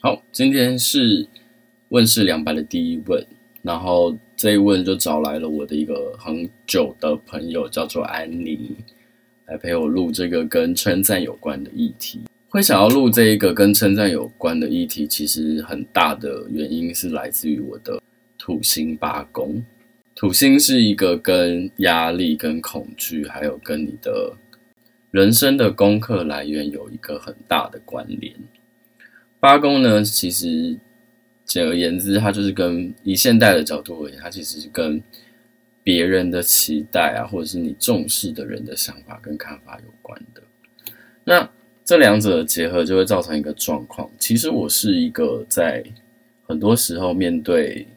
好，今天是问世两百的第一问，然后这一问就找来了我的一个很久的朋友，叫做安妮，来陪我录这个跟称赞有关的议题。会想要录这一个跟称赞有关的议题，其实很大的原因是来自于我的土星八宫。土星是一个跟压力、跟恐惧，还有跟你的人生的功课来源有一个很大的关联。八宫呢，其实简而言之，它就是跟以现代的角度而言，它其实是跟别人的期待啊，或者是你重视的人的想法跟看法有关的。那这两者的结合就会造成一个状况。其实我是一个在很多时候面对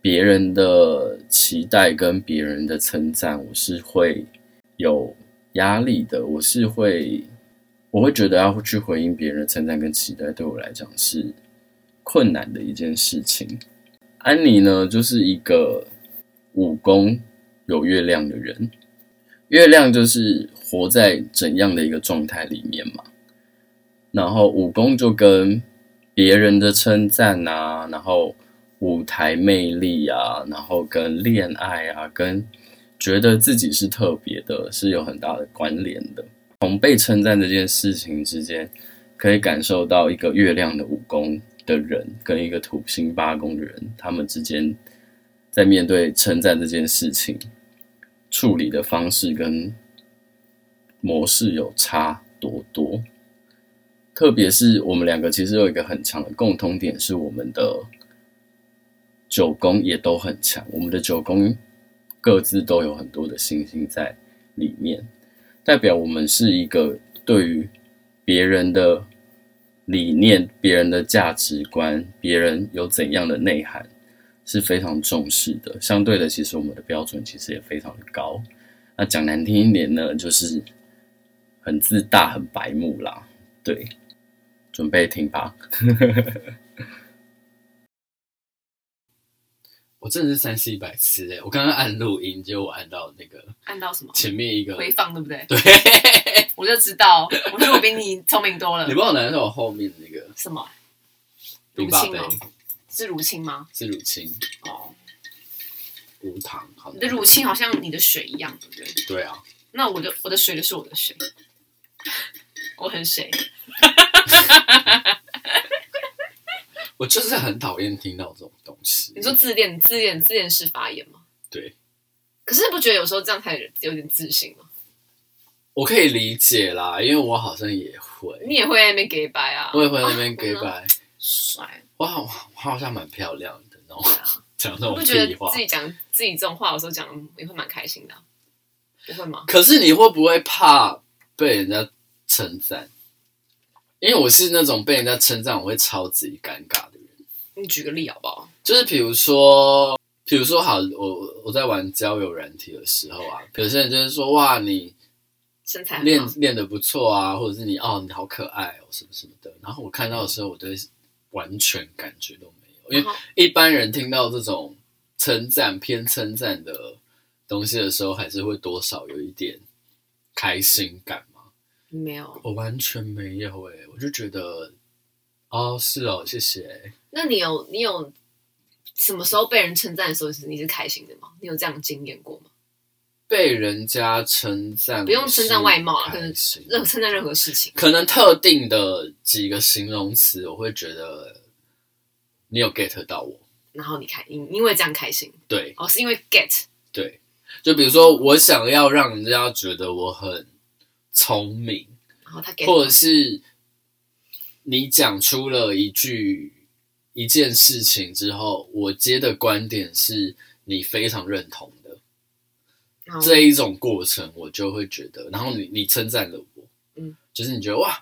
别人的期待跟别人的称赞，我是会有压力的，我是会我会觉得要去回应别人的称赞跟期待，对我来讲是困难的一件事情。安妮呢，就是一个武功有月亮的人，月亮就是活在怎样的一个状态里面嘛。然后武功就跟别人的称赞啊，然后舞台魅力啊，然后跟恋爱啊，跟觉得自己是特别的，是有很大的关联的。从被称赞这件事情之间，可以感受到一个月亮的武功的人跟一个土星八宫的人，他们之间在面对称赞这件事情处理的方式跟模式有差多多。特别是我们两个其实有一个很强的共通点，是我们的九宫也都很强，我们的九宫各自都有很多的星星在里面。代表我们是一个对于别人的理念、别人的价值观、别人有怎样的内涵是非常重视的。相对的，其实我们的标准其实也非常的高。那讲难听一点呢，就是很自大、很白目啦。对，准备听吧。 我真的是三四一百次哎！我刚刚按录音，结果我按到那个按到什么前面一个，回放，对不对？对， 我就知道，我觉得我比你聪明 多 了你。帮我拿一下我后面的那个什么冰乳霸清杯哦，是乳清吗？是乳清哦，无糖，好你难的乳清好像你的水一样，对不对？对啊，那我的我的水就是我的水，我很水。我就是很讨厌听到这种东西。你说自恋、自恋、自恋式发言吗？对，可是不觉得有时候这样才有点自信吗？我可以理解啦，因为我好像也会，你也会在那边给白啊，我也会在那边啊我 gay 呢白，帅，我好我好像蛮漂亮的，然后对啊，讲那你种不觉哦屁得话自。己讲自己这种话有时候讲也会蛮开心的啊、不会吗？可是你会不会怕被人家称赞？因为我是那种被人家称赞我会超级尴尬的人。你举个例好不好？就是比如说，比如说好，我我在玩交友软体的时候啊，有些人就是说哇，你身材很练好，练得不错啊，或者是你哦，你好可爱哦，什么什么的。然后我看到的时候，我对完全感觉都没有，因为然后一般人听到这种称赞偏称赞的东西的时候，还是会多少有一点开心感嘛。没有。我完全没有诶、我就觉得哦，是哦，谢谢。那你有你有什么时候被人称赞的时候，你是开心的吗？你有这样经验过吗？被人家称赞，不用称赞外貌啊可能任称赞任何事情，可能特定的几个形容词，我会觉得你有 get 到我。然后你开，你因为这样开心，对哦，是因为 get 对，就比如说我想要让人家觉得我很聪明，然后他 get，或者了是你讲出了一句一件事情之后，我接的观点是你非常认同的然后这一种过程，我就会觉得，然后你你称赞了我，嗯，就是你觉得哇，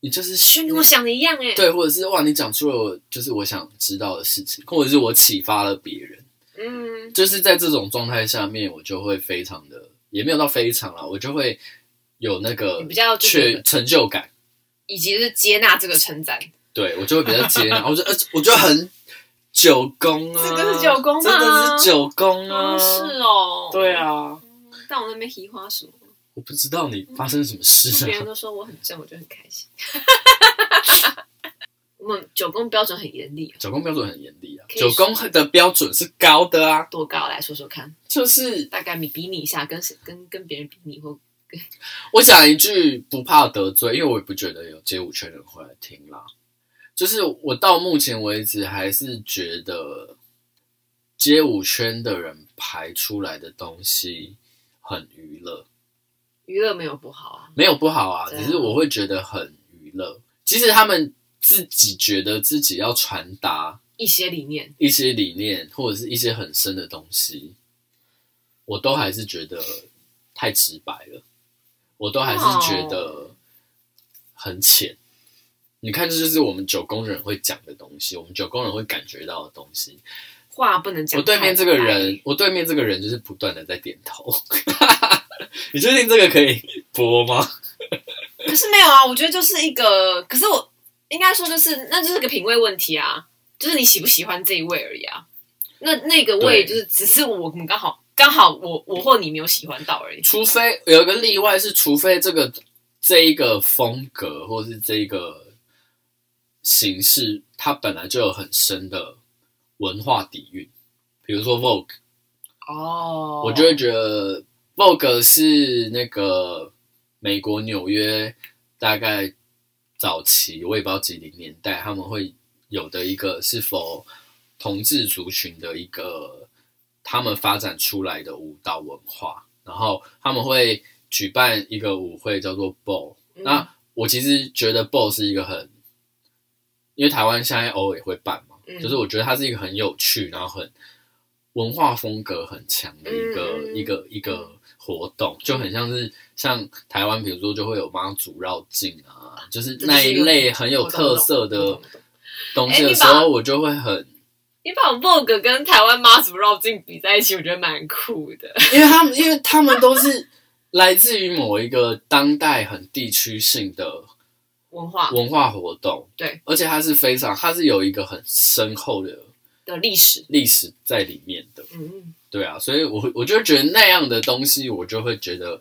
你就是就跟我想的一样哎，对，或者是哇，你讲出了我就是我想知道的事情，或者是我启发了别人，嗯，就是在这种状态下面，我就会非常的，也没有到非常啦，我就会有那个你比较就是确成就感，以及是接纳这个称赞，对我就会比较接 纳，我觉得呃我觉得很九宫啊，这个是九宫吗真的是九宫啊，哦，是哦，对，啊，但我那边提花什么，我不知道你发生什么事别人啊，都说我很正，我就很开心。 我们九宫标准很严厉哦，欸九宫标准很严厉啊，可以九宫的标准是高的啊，多高来说说看，就是大概你比拟一下，跟谁跟跟别人比拟或我讲一句不怕得罪，因为我也不觉得有街舞圈人会来听啦。就是我到目前为止还是觉得街舞圈的人排出来的东西很娱乐，娱乐没有不好啊，没有不好啊，对只啊是我会觉得很娱乐。其实他们自己觉得自己要传达一些理念一些理念或者是一些很深的东西，我都还是觉得太直白了，我都还是觉得很浅。你看，这就是我们九宫人会讲的东西，我们九宫人会感觉到的东西。话不能讲我太白。对面这个人，我对面这个人就是不断的在点头。 你确定这个可以播吗？可是没有啊，我觉得就是一个，可是我应该说就是，那就是个品味问题啊，就是你喜不喜欢这一位而已啊。那那个对位就是只是我们刚好刚好我我或你没有喜欢到而已。除非有一个例外是，除非这个这一个风格或是这一个形式，它本来就有很深的文化底蕴。比如说 Vogue，、哦我就会觉得 Vogue 是那个美国纽约大概早期，我也不知道几零年代他们会有的一个是否同志族群的一个他们发展出来的舞蹈文化，然后他们会举办一个舞会叫做 Ball。嗯那我其实觉得 Ball 是一个很，因为台湾现在偶尔也会办嘛，嗯就是我觉得它是一个很有趣，然后很文化风格很强的一个、嗯嗯嗯一个一个活动，就很像是像台湾，比如说就会有妈祖绕境啊，就是那一类很有特色我懂的我懂我懂东西的时哎你把候，我就会 很，你把 Vogue 跟台湾妈祖绕境比在一起，我觉得蛮酷的。因为他们因为他们都是来自于某一个当代很地区性的文化文化活动，对，而且它是非常，它是有一个很深厚的的历史，历史在里面的，嗯嗯，对啊，所以我会我就觉得那样的东西，我就会觉得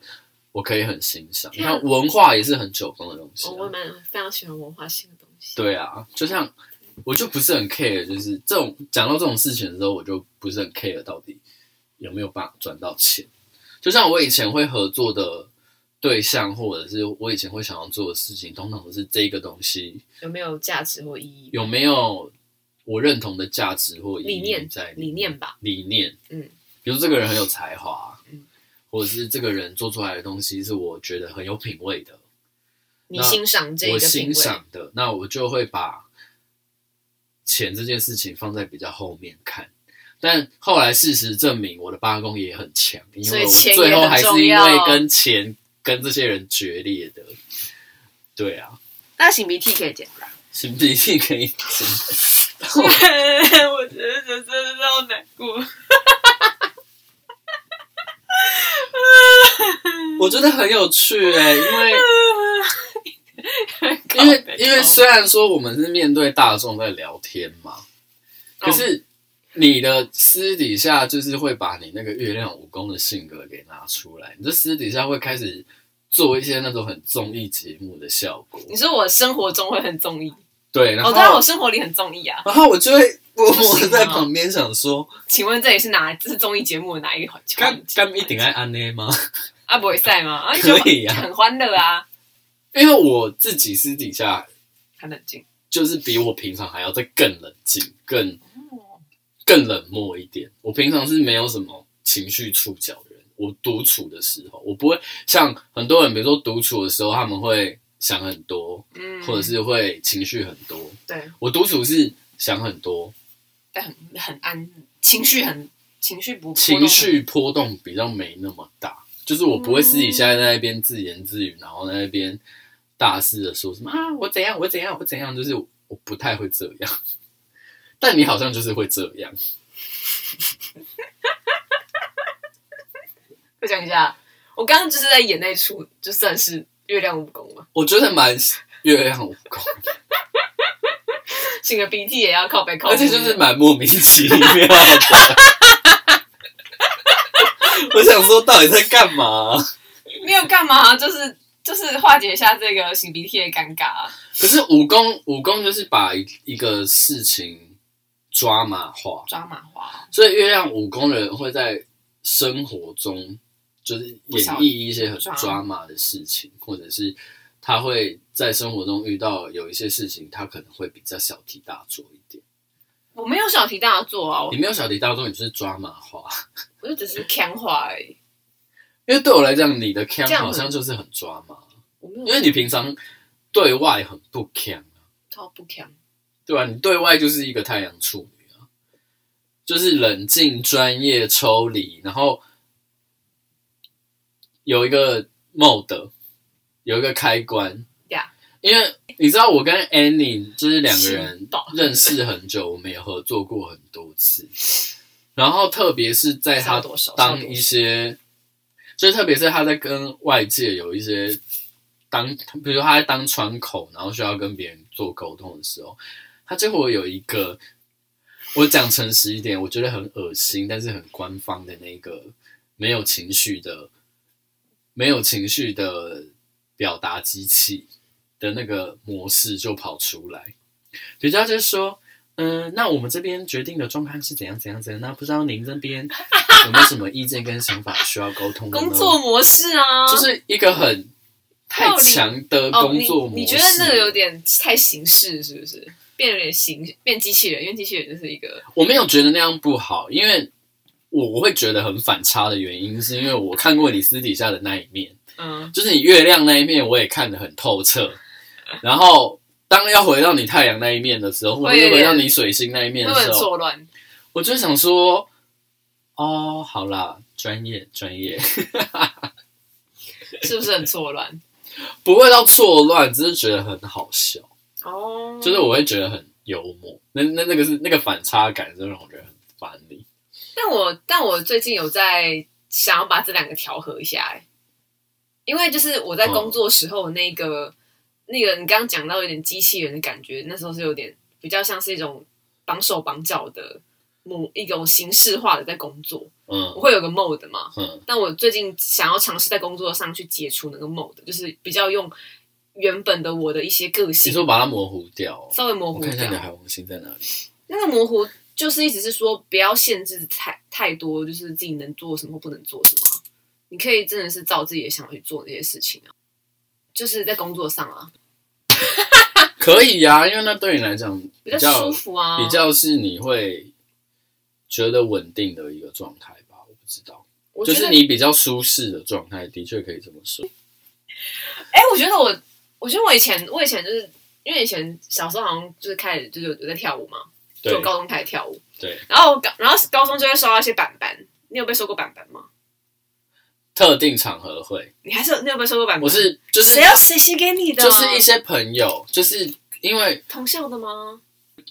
我可以很欣赏。你天啊看文化也是很久风的东西、哦我也啊，蛮非常喜欢文化性的东西。对啊，就像我就不是很 care，就是这种讲到这种事情的时候，我就不是很 care 到底有没有办法赚到钱。就像我以前会合作的对象，或者是我以前会想要做的事情，通常都是这个东西有没有价值或意义？有没有我认同的价值或意义理念在里理面念吧，理念，嗯，比如这个人很有才华，嗯，或者是这个人做出来的东西是我觉得很有品味的，你欣赏这我个品欣味，赏的，那我就会把钱这件事情放在比较后面看。但后来事实证明，我的罢工也很强，因所以为我钱也最后很还是重因为要跟钱跟这些人决裂的。对啊，那擤鼻涕可以剪 吧？行不行？可以行。我觉得真的让我难 过。我觉得很有趣哎、因 为因哦为因为虽然说我们是面对大众在聊天嘛，可哦是你的私底下就是会把你那个月亮武功的性格给拿出来，你这私底下会开始做一些那种很综艺节目的效果，你说我生活中会很中意，对，然后、哦，当然我生活里很中意啊。然后我就会默默不行地啊在旁边想说，请问这里是哪？这是综艺节目的哪一个环节？干干一定爱安内吗？啊，不会赛吗？啊，可以啊就很欢乐啊，因为我自己私底下很冷静。就是比我平常还要再更冷静，更更冷漠一点。我平常是没有什么情绪触角的人，我独处的时候，我不会像很多人，比如说独处的时候，他们会想很多，嗯，或者是会情绪很多。对，我独处是想很多，但很很安，情绪很情绪不情绪波动比较没那么大，就是我不会私底下在那边自言自语，然后在那边大肆的说什么啊我怎样我怎样我怎样，就是我不太会这样。 但你好像就是会这样，我讲一下，我刚刚就是在演那一出，就算是月亮武功嘛，我觉得蛮月亮无 功，擤个鼻涕也要靠背靠背，而且就是蛮莫名其妙的。 我想说，到底在干嘛、没有干嘛，就是就是化解一下这个擤鼻涕的尴尬啊。可是武功，武功就是把一一个事情抓马化，抓马花，啊所以月亮武功的人会在生活中就是演绎一些很抓马的事情，或者是他会在生活中遇到有一些事情，他可能会比较小题大做一点。我没有小题大做啊，我你没有小题大做，你就是抓马化。我就只是强化而已，因为对我来讲，你的腔这样好很像就是很抓马，我没有，因为你平常对外很不腔啊，超不强，对吧、你对外就是一个太阳处女啊，就是冷静、专业、抽离，然后有一个 mode，有一个开关。 Yeah 因为你知道，我跟 Annie 就是两个人是吧认识很久，我们也合作过很多次。然后特别是在他少多少少当多一少些，就是特别是他在跟外界有一些当，比如他在当窗口，然后需要跟别人做沟通的时候，他就会有一个，我讲诚实一点，我觉得很恶心，但是很官方的那个没有情绪的、没有情绪的表达机器的那个模式就跑出来，人家就说。嗯，那我们这边决定的状况是怎样怎样怎样？那不知道您这 边有没有什么意见跟想法需要沟通的呢？工作模式啊，就是一个很太道理强的哦，工作模式。你你觉得那个有点太形式，是不是？变有点形，变机器人，因为机器人就是一个我没有觉得那样不好，因为我我会觉得很反差的原因，是因为我看过你私底下的那一面，嗯，就是你月亮那一面，我也看得很透彻。然后当要回到你太阳那一面的时候，或者会有是点回到你水星那一会面不的会时很候，错乱？我就想说，哦，好啦，专业专业， 是不是很错乱？不会到错乱，只是觉得很好笑， 哦，就是我会觉得很幽默。那那那个是那个反差感，就让我觉得很烦你。但我但我最近有在想要把这两个调和一下、欸，因为就是我在嗯工作时候那个、那个你刚刚讲到有点机器人的感觉，那时候是有点比较像是一种绑手绑脚的某一种形式化的在工作，我嗯会有个 mode 嘛，嗯但我最近想要尝试在工作上去解除那个 mode，就是比较用原本的我的一些个你性说把它模糊掉哦、稍微模我糊看一下你的海掉。王星在哪里。那个模糊就是意思是说，不要限制太太多，就是自己能做什么或不能做什么啊。你可以真的是照自己的想法去做那些事情啊，就是在工作上啊，可以呀、因为那对你来讲比比较较舒服啊。比较是你会觉得稳定的一个状态吧，我不知道，我就觉得是你比较舒适的状态，的确可以这么说。哎、我觉得我，我觉得我以前，我以前就是因为以前小时候好像就是开始就是有有在跳舞嘛，就对我高中开始跳舞，对，然后高然后高中就会收到一些板板，你有被收过板板吗？特定场合会，你还是有你有没有收过板板？我是就是谁要谁写给你的啊？就是一些朋友，就是因为同校的吗？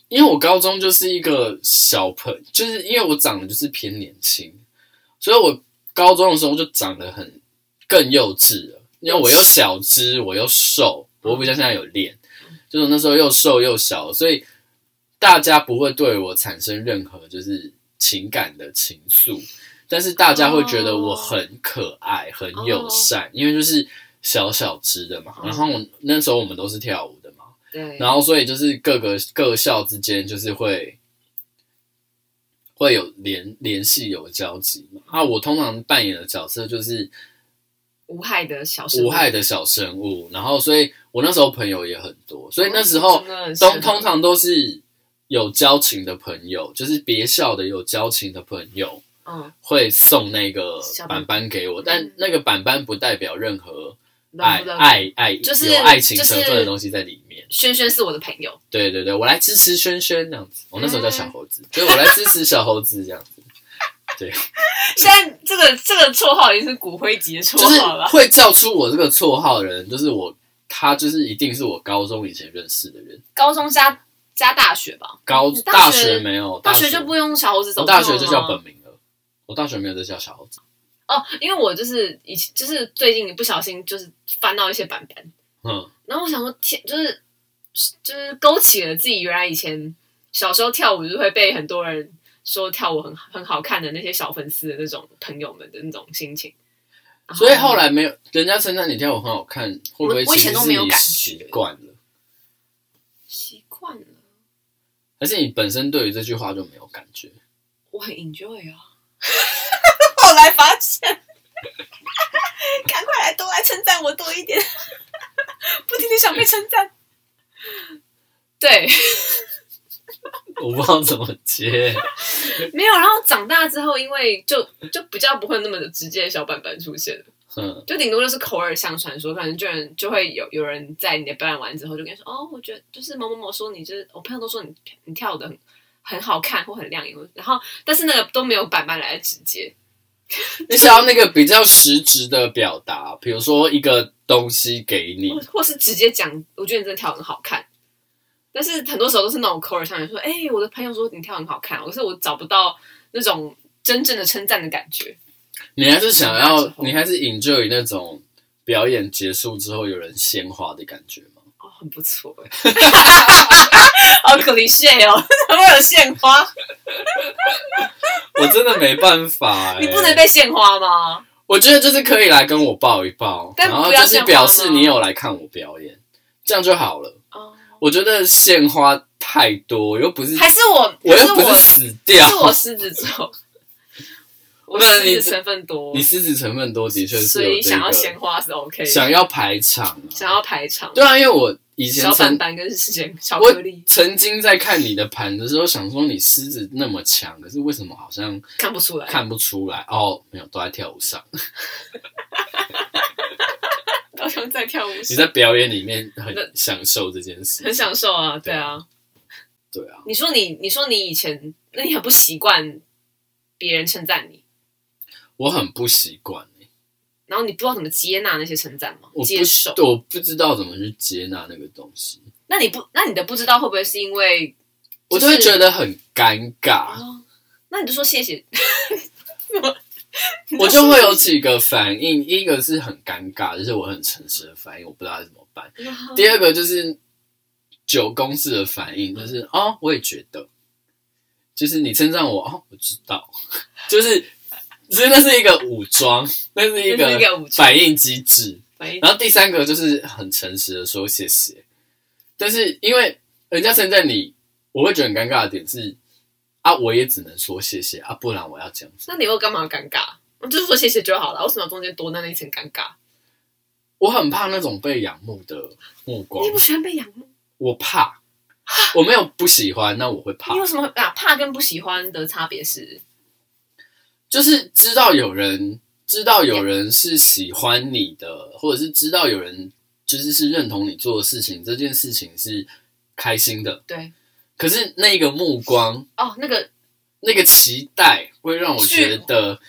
因为我高中就是一个小朋，就是因为我长得就是偏年轻，所以我高中的时候就长得很更幼稚了，因为我又小只，我又瘦，我比较现在有练，就是我那时候又瘦又小，所以大家不会对我产生任何就是情感的情愫，但是大家会觉得我很可爱、很友善，因为就是小小只的嘛。嗯然后我那时候我们都是跳舞的嘛，对，然后所以就是各个各校之间就是会会有联联系有交集嘛。啊，我通常扮演的角色就是无害的小生无害的小生物，然后所以我那时候朋友也很多，所以那时候真的很适合通通常都是有交情的朋友，就是别校的有交情的朋友嗯会送那个小板板嗯板给我，但那个板板不代表任何爱，love love 爱爱就是有爱情成就分的是东西在里面。轩轩是我的朋友，对对对，我来支持轩轩这样子。我那时候叫小嗯猴子，就是我来支持小猴子这 样子，现在这个这个绰号已经是骨灰级的绰就是号了。会叫出我这个绰号的人，就是我，他就是一定是我高中以前认识的人。 高中加加大学吧，高你大大学学没有，大学学哦就不用小猴子我走，大学就叫不用了吗本名了。我大学没有在叫小猴子，哦，因为我就是以前就是最近不小心就是翻到一些板板，嗯，然后我想说，天，就是就是勾起了自己原来以前小时候跳舞就会被很多人说跳舞很很好看的那些小粉丝的那种朋友们的那种心情。然所以后来没有人家称赞你跳舞很好看，会不会我以其前实都是没有你感觉习惯了？而且你本身对于这句话就没有感觉，我很 enjoy 啊。 后来发现，赶快来多来称赞我多一点， 不停的想被称赞。对，我不知道怎么接。没有。然后长大之后，因为就就比较不会那么的直接的小板板出现了，嗯，就顶多就是口耳相传说，可能就有人就会有有人在你的表演完之后就跟你说，哦，我觉得就是某某某说你就是我朋友都说你你跳的很很好看或很亮眼，然后但是那个都没有板板来的直接。你想要那个比较实质的表达，比如说一个东西给你或，或是直接讲，我觉得你真的跳得很好看。但是很多时候都是那种口耳相传，说：“哎、我的朋友说你跳得很好看。”可是我找不到那种真正的称赞的感觉。你还是想长大要之，后你还是 enjoy 那种表演结束之后有人献花的感觉吗？哦，很不错哎， 好可怜谢哦， 怎么会有献花？我真的没办 法、欸，你不能被献花吗？我觉得就是可以来跟我抱一抱，但然后不就要是表示你有来看我表演，这样就好了。哦，我觉得献花太多，又不是还是我，我还是又不我，是死掉，是我狮 子座，我那你狮子成分多你，狮子成分多，的确是所有以这想要个献花是 OK，想要排场、啊，想要排场，对啊，因为我以前小板曾板跟咸巧我克力曾经在看你的盘的时候，想说你狮子那么强，可是为什么好像看不出来，看不出来？哦，没有，都在跳舞上， 好像在跳舞你时，在表演里面很那享受这件事，很享受啊，对啊。对啊，你说你，你说你以前，那你很不习惯别人称赞你，我很不习惯、欸。然后你不知道怎么接纳那些称赞吗？我接不受？对我不知道怎么去接纳那个东西，那你不，那你的不知道会不会是因为我就就会是觉得很尴尬，哦，那你就说谢 谢，我就会有几个反应，一个是很尴尬，就是我很诚实的反应，我不知道怎么办； 第二个就是九公式的反应，就是哦，我也觉得，就是你称赞我，哦，我知道， 就是其实那是一个武装， 那是一这是一个个武器，反应机制，反应然后第三个就是很诚实的说谢谢，但是因为人家称赞你，我会觉得很尴尬的点是啊，我也只能说谢谢啊，不然我要讲什么？那你又干嘛尴尬？我就是说谢谢就好了，为什么要中间多那一层尴尬？我很怕那种被仰慕的目光你，不喜欢被仰慕，我怕，我没有不喜欢，那我会怕你，为什么啊？怕跟不喜欢的差别是，就是知道有人知道有人是喜欢你的，或者是知道有人就是是认同你做的事情，这件事情是开心的，对，可是那个目光。哦，那个那个期待会让我觉得，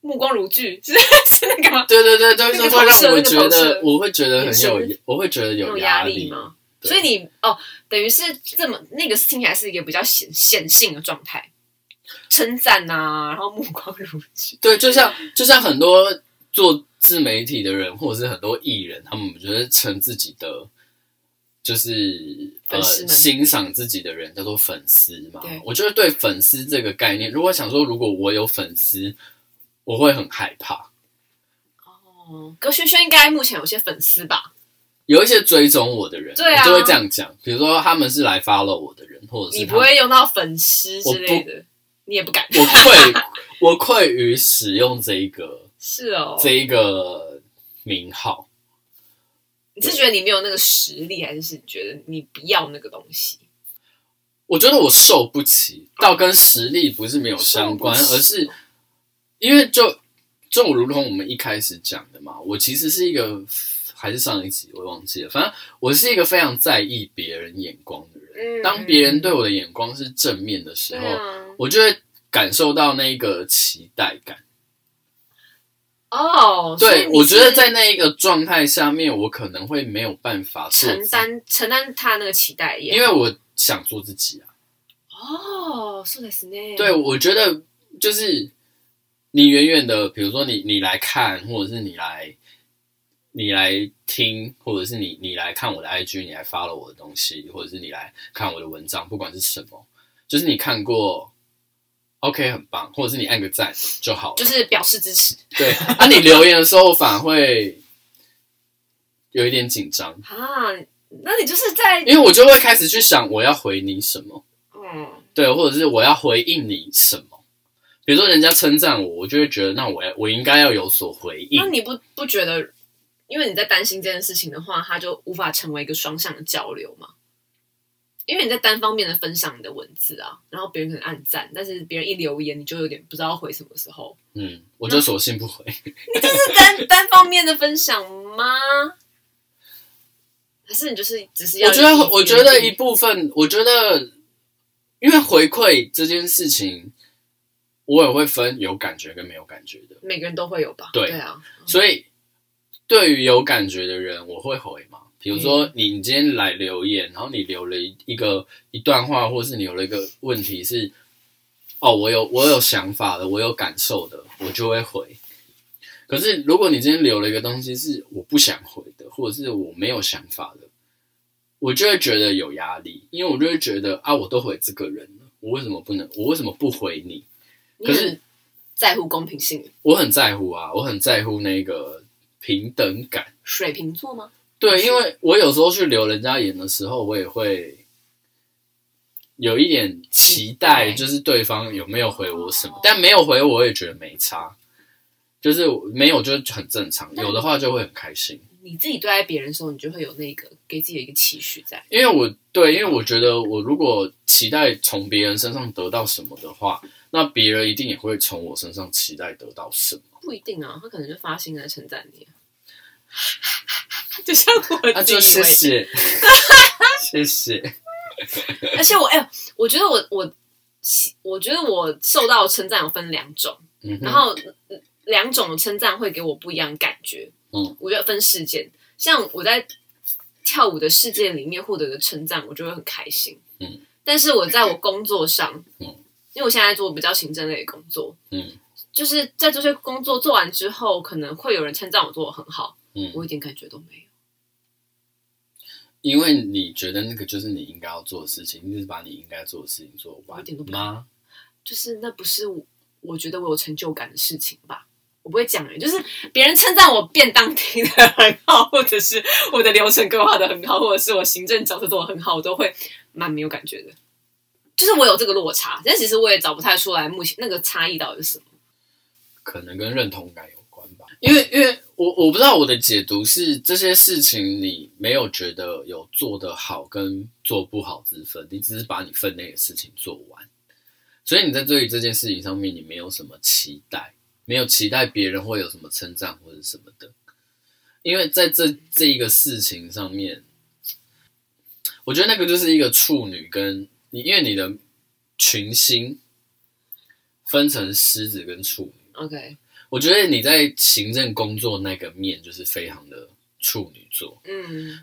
目光如炬是 是那个吗？对对对对，那个会让我投觉射那个得投射，我会觉得很眼有，我会觉得那种有压力力吗？对所以你哦，等于是这么那个听起来是一个比较显显性的状态，称赞呐，然后目光如炬，对，就像就像很多做自媒体的人，或者是很多艺人，他们就是称自己的，就是呃粉丝们欣赏自己的人叫做粉丝嘛对。我觉得对粉丝这个概念，如果想说如果我有粉丝，我会很害怕。哦，可轩轩应该目前有些粉丝吧？有一些追踪我的人，对啊我就会这样讲。比如说他们是来 follow 我的人，或者是你他不们会用到粉丝之类的，你也 不敢。我愧我愧于使用这一个是哦，这一个名号，你是觉得你没有那个实力，还是是觉得你不要那个东西？我觉得我受不起，倒跟实力不是没有相关，受不起而是因为就就如同我们一开始讲的嘛，我其实是一个还是上一集我忘记了，反正我是一个非常在意别人眼光的人。嗯当别人对我的眼光是正面的时对候，啊，我就会感受到那个期待感。哦，所以对，你我觉得是在那一个状态下面，我可能会没有办法做自承担承担他那个期待也好，因为我想做自己啊。哦，そうですね。对，我觉得就是你远远的，比如说你你来看，或者是你来你来听，或者是你你来看我的 IG，你来 follow 我的东西，或者是你来看我的文章，不管是什么，就是你看过，OK，很棒，或者是你按个赞就好了。就是表示支持对，啊，你留言的时候我反而会有一点紧张。啊。那你就是在因为我就会开始去想我要回你什么，哦对，或者是我要回应你什么？比如说人家称赞我，我就会觉得那我要我应该要有所回应那。你不不觉得，因为你在担心这件事情的话，它就无法成为一个双向的交流吗？因为你在单方面的分享你的文字啊，然后别人可能按赞，但是别人一留言，你就有点不知道回什么时候。嗯，我就索性不回。是 单单方面的分享吗？还是你就是只是要？我觉得，我觉得一部分，我觉得，因为回馈这件事情，我也会分有感觉跟没有感觉的。每个人都会有吧？对啊，所以，对于有感觉的人，我会回嘛。比如说，你你今天来留言，然后你留了一一个一段话，或是你有了一个问题是，哦，我有我有想法的，我有感受的，我就会回。可是，如果你今天留了一个东西是我不想回的，或者是我没有想法的，我就会觉得有压力，因为我就会觉得啊，我都回这个人了，我为什么不能？我为什么不回你？你可是很在乎公平性，我很在乎啊，我很在乎那个平等感。水瓶座吗？对，因为我有时候去留人家言的时候，我也会有一点期待，期待就是对方有没有回我什么，但没有回我也觉得没差，就是没有就很正常，但有的话就会很开心，你自己对待别人的时候，你就会有那个给自己的一个期许在。因为我对，因为我觉得我如果期待从别人身上得到什么的话，那别人一定也会从我身上期待得到什么。不一定啊，他可能就发心来称赞你、啊 就像那我自以啊就为谢谢，谢谢，而且我哎、我觉得我我我觉得我受到称赞有分两种，嗯然哼，后嗯两种称赞会给我不一样的感觉。嗯，我觉得分事件，像我在跳舞的事件里面获得的称赞，我就会很开心。嗯，但是我在我工作上，嗯，因为我现在做比较行政类的工作，嗯就是在这些工作做完之后，可能会有人称赞我做的很好，嗯。我一点感觉都没有。因为你觉得那个就是你应该要做的事情，你就是把你应该做的事情做我完一点都不吗？就是那不是我我觉得我有成就感的事情吧。我不会讲欸就是别人称赞我便当听的很好，或者是我的流程规划的很好，或者是我行政角色做的很好，我都会蛮没有感觉的。就是我有这个落差，但其实我也找不太出来目前那个差异到底是什么。可能跟认同感有关吧。因为因为我我不知道我的解读是这些事情你没有觉得有做得好跟做不好之分，你只是把你分内的事情做完，所以你在对于这件事情上面你没有什么期待，没有期待别人会有什么称赞或者什么的，因为在这这一个事情上面，我觉得那个就是一个处女跟你，因为你的群星分成狮子跟处女。 OK，我觉得你在行政工作那个面就是非常的处女座。嗯，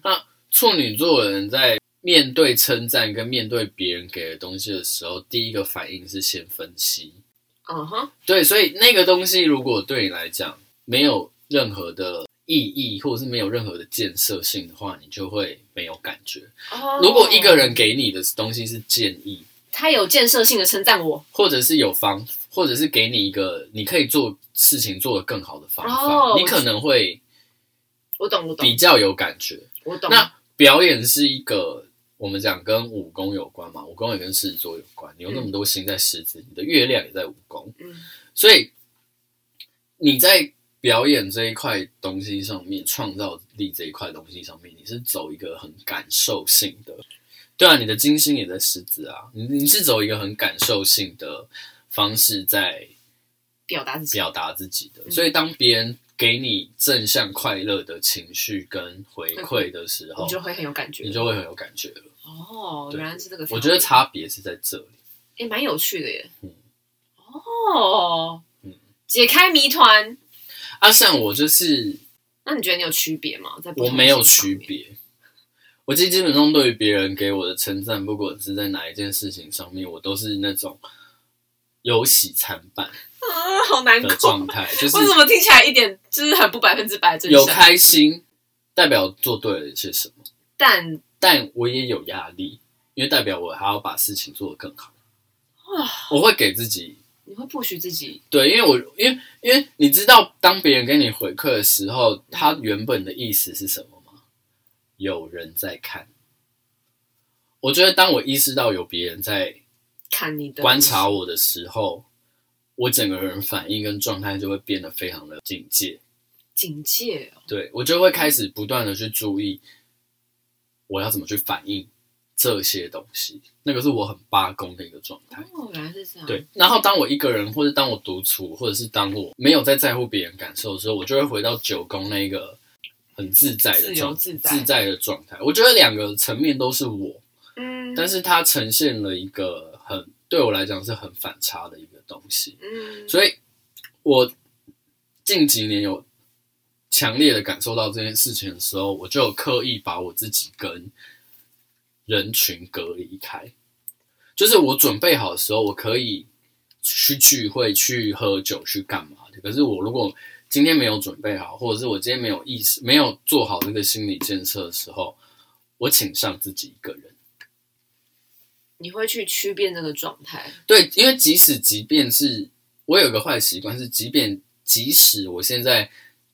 处女座的人在面对称赞跟面对别人给的东西的时候，第一个反应是先分析。啊哈，对，所以那个东西如果对你来讲没有任何的意义，或者是没有任何的建设性的话，你就会没有感觉。哦如果一个人给你的东西是建议，他有建设性的称赞我，或者是有方，或者是给你一个你可以做事情做得更好的方法，哦你可能会我懂，我懂比，较有感觉。我懂。那表演是一个我们讲跟武功有关嘛，武功也跟狮子座有关。你有那么多星在狮子，你的月亮也在武功，嗯所以你在表演这一块东西上面，创造力这一块东西上面，你是走一个很感受性的。对啊，你的金星也在狮子啊，你你是走一个很感受性的方式在表达自己，表达自己的。嗯所以当别人给你正向快乐的情绪跟回馈的时候嗯你，就会很有感觉你。就会很有感觉了。哦，对原来是这个。我觉得差别是在这里。也蛮有趣的耶。嗯哦，嗯解开谜团。啊，像我就是那你觉得你有区别吗？在不我同的没有性方区面，别，我基基本上对于别人给我的称赞，不管是在哪一件事情上面，我都是那种有喜参半啊， 好难的过。状 态，就是为什么听起来一点就是很不百分之百真有相？开心，代表做对了一些什么，但但我也有压力，因为代表我还要把事情做得更好哇。我会给自己你会不许自己对，因为我因为因为你知道，当别人给你回馈的时候，他原本的意思是什么吗？有人在看。我觉得当我意识到有别人在看你的观察我的时候，我整个人反应跟状态就会变得非常的警戒。警戒哦，对我就会开始不断的去注意我要怎么去反应这些东西，那个是我很八公的一个状态。哦原来是这样。对，，然后当我一个人，或者当我独处，或者是当我没有在在乎别人感受的时候，我就会回到九宫那个很自在的自由状自在自在的状态。我觉得两个层面都是我，嗯，但是它呈现了一个很对我来讲是很反差的一个东西。嗯，所以我近几年有强烈的感受到这件事情的时候，我就有刻意把我自己跟人群隔离开。就是我准备好的时候，我可以去聚会、去喝酒、去干嘛的。可是我如果今天没有准备好，或者是我今天没有意识、没有做好那个心理建设的时候，我倾向自己一个人。你会去区辨这个状态，对，因为即使即便是我有一个坏习惯是，即便即使我现在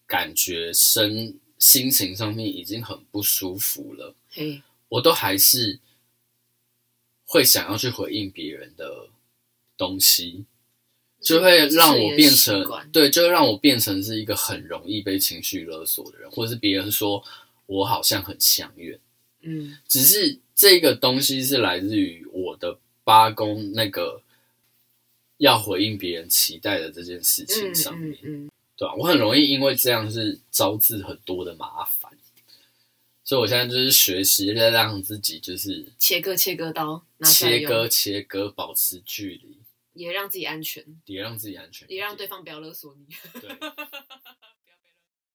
感觉身心情上面已经很不舒服了，嘿，我都还是会想要去回应别人的东西，就会让我变嗯这是你的成习惯对，就会让我变成是一个很容易被情绪勒索的人，或者是别人说我好像很相怨。嗯，只是这个东西是来自于我的八宫那个要回应别人期待的这件事情嗯上面，嗯嗯，对吧、啊我很容易因为这样是招致很多的麻烦，所以我现在就是学习在让自己就是切割切割刀，拿出来切用割切割，保持距离，也让自己安全，也让自己安全一点，也让对方不要勒索你。对。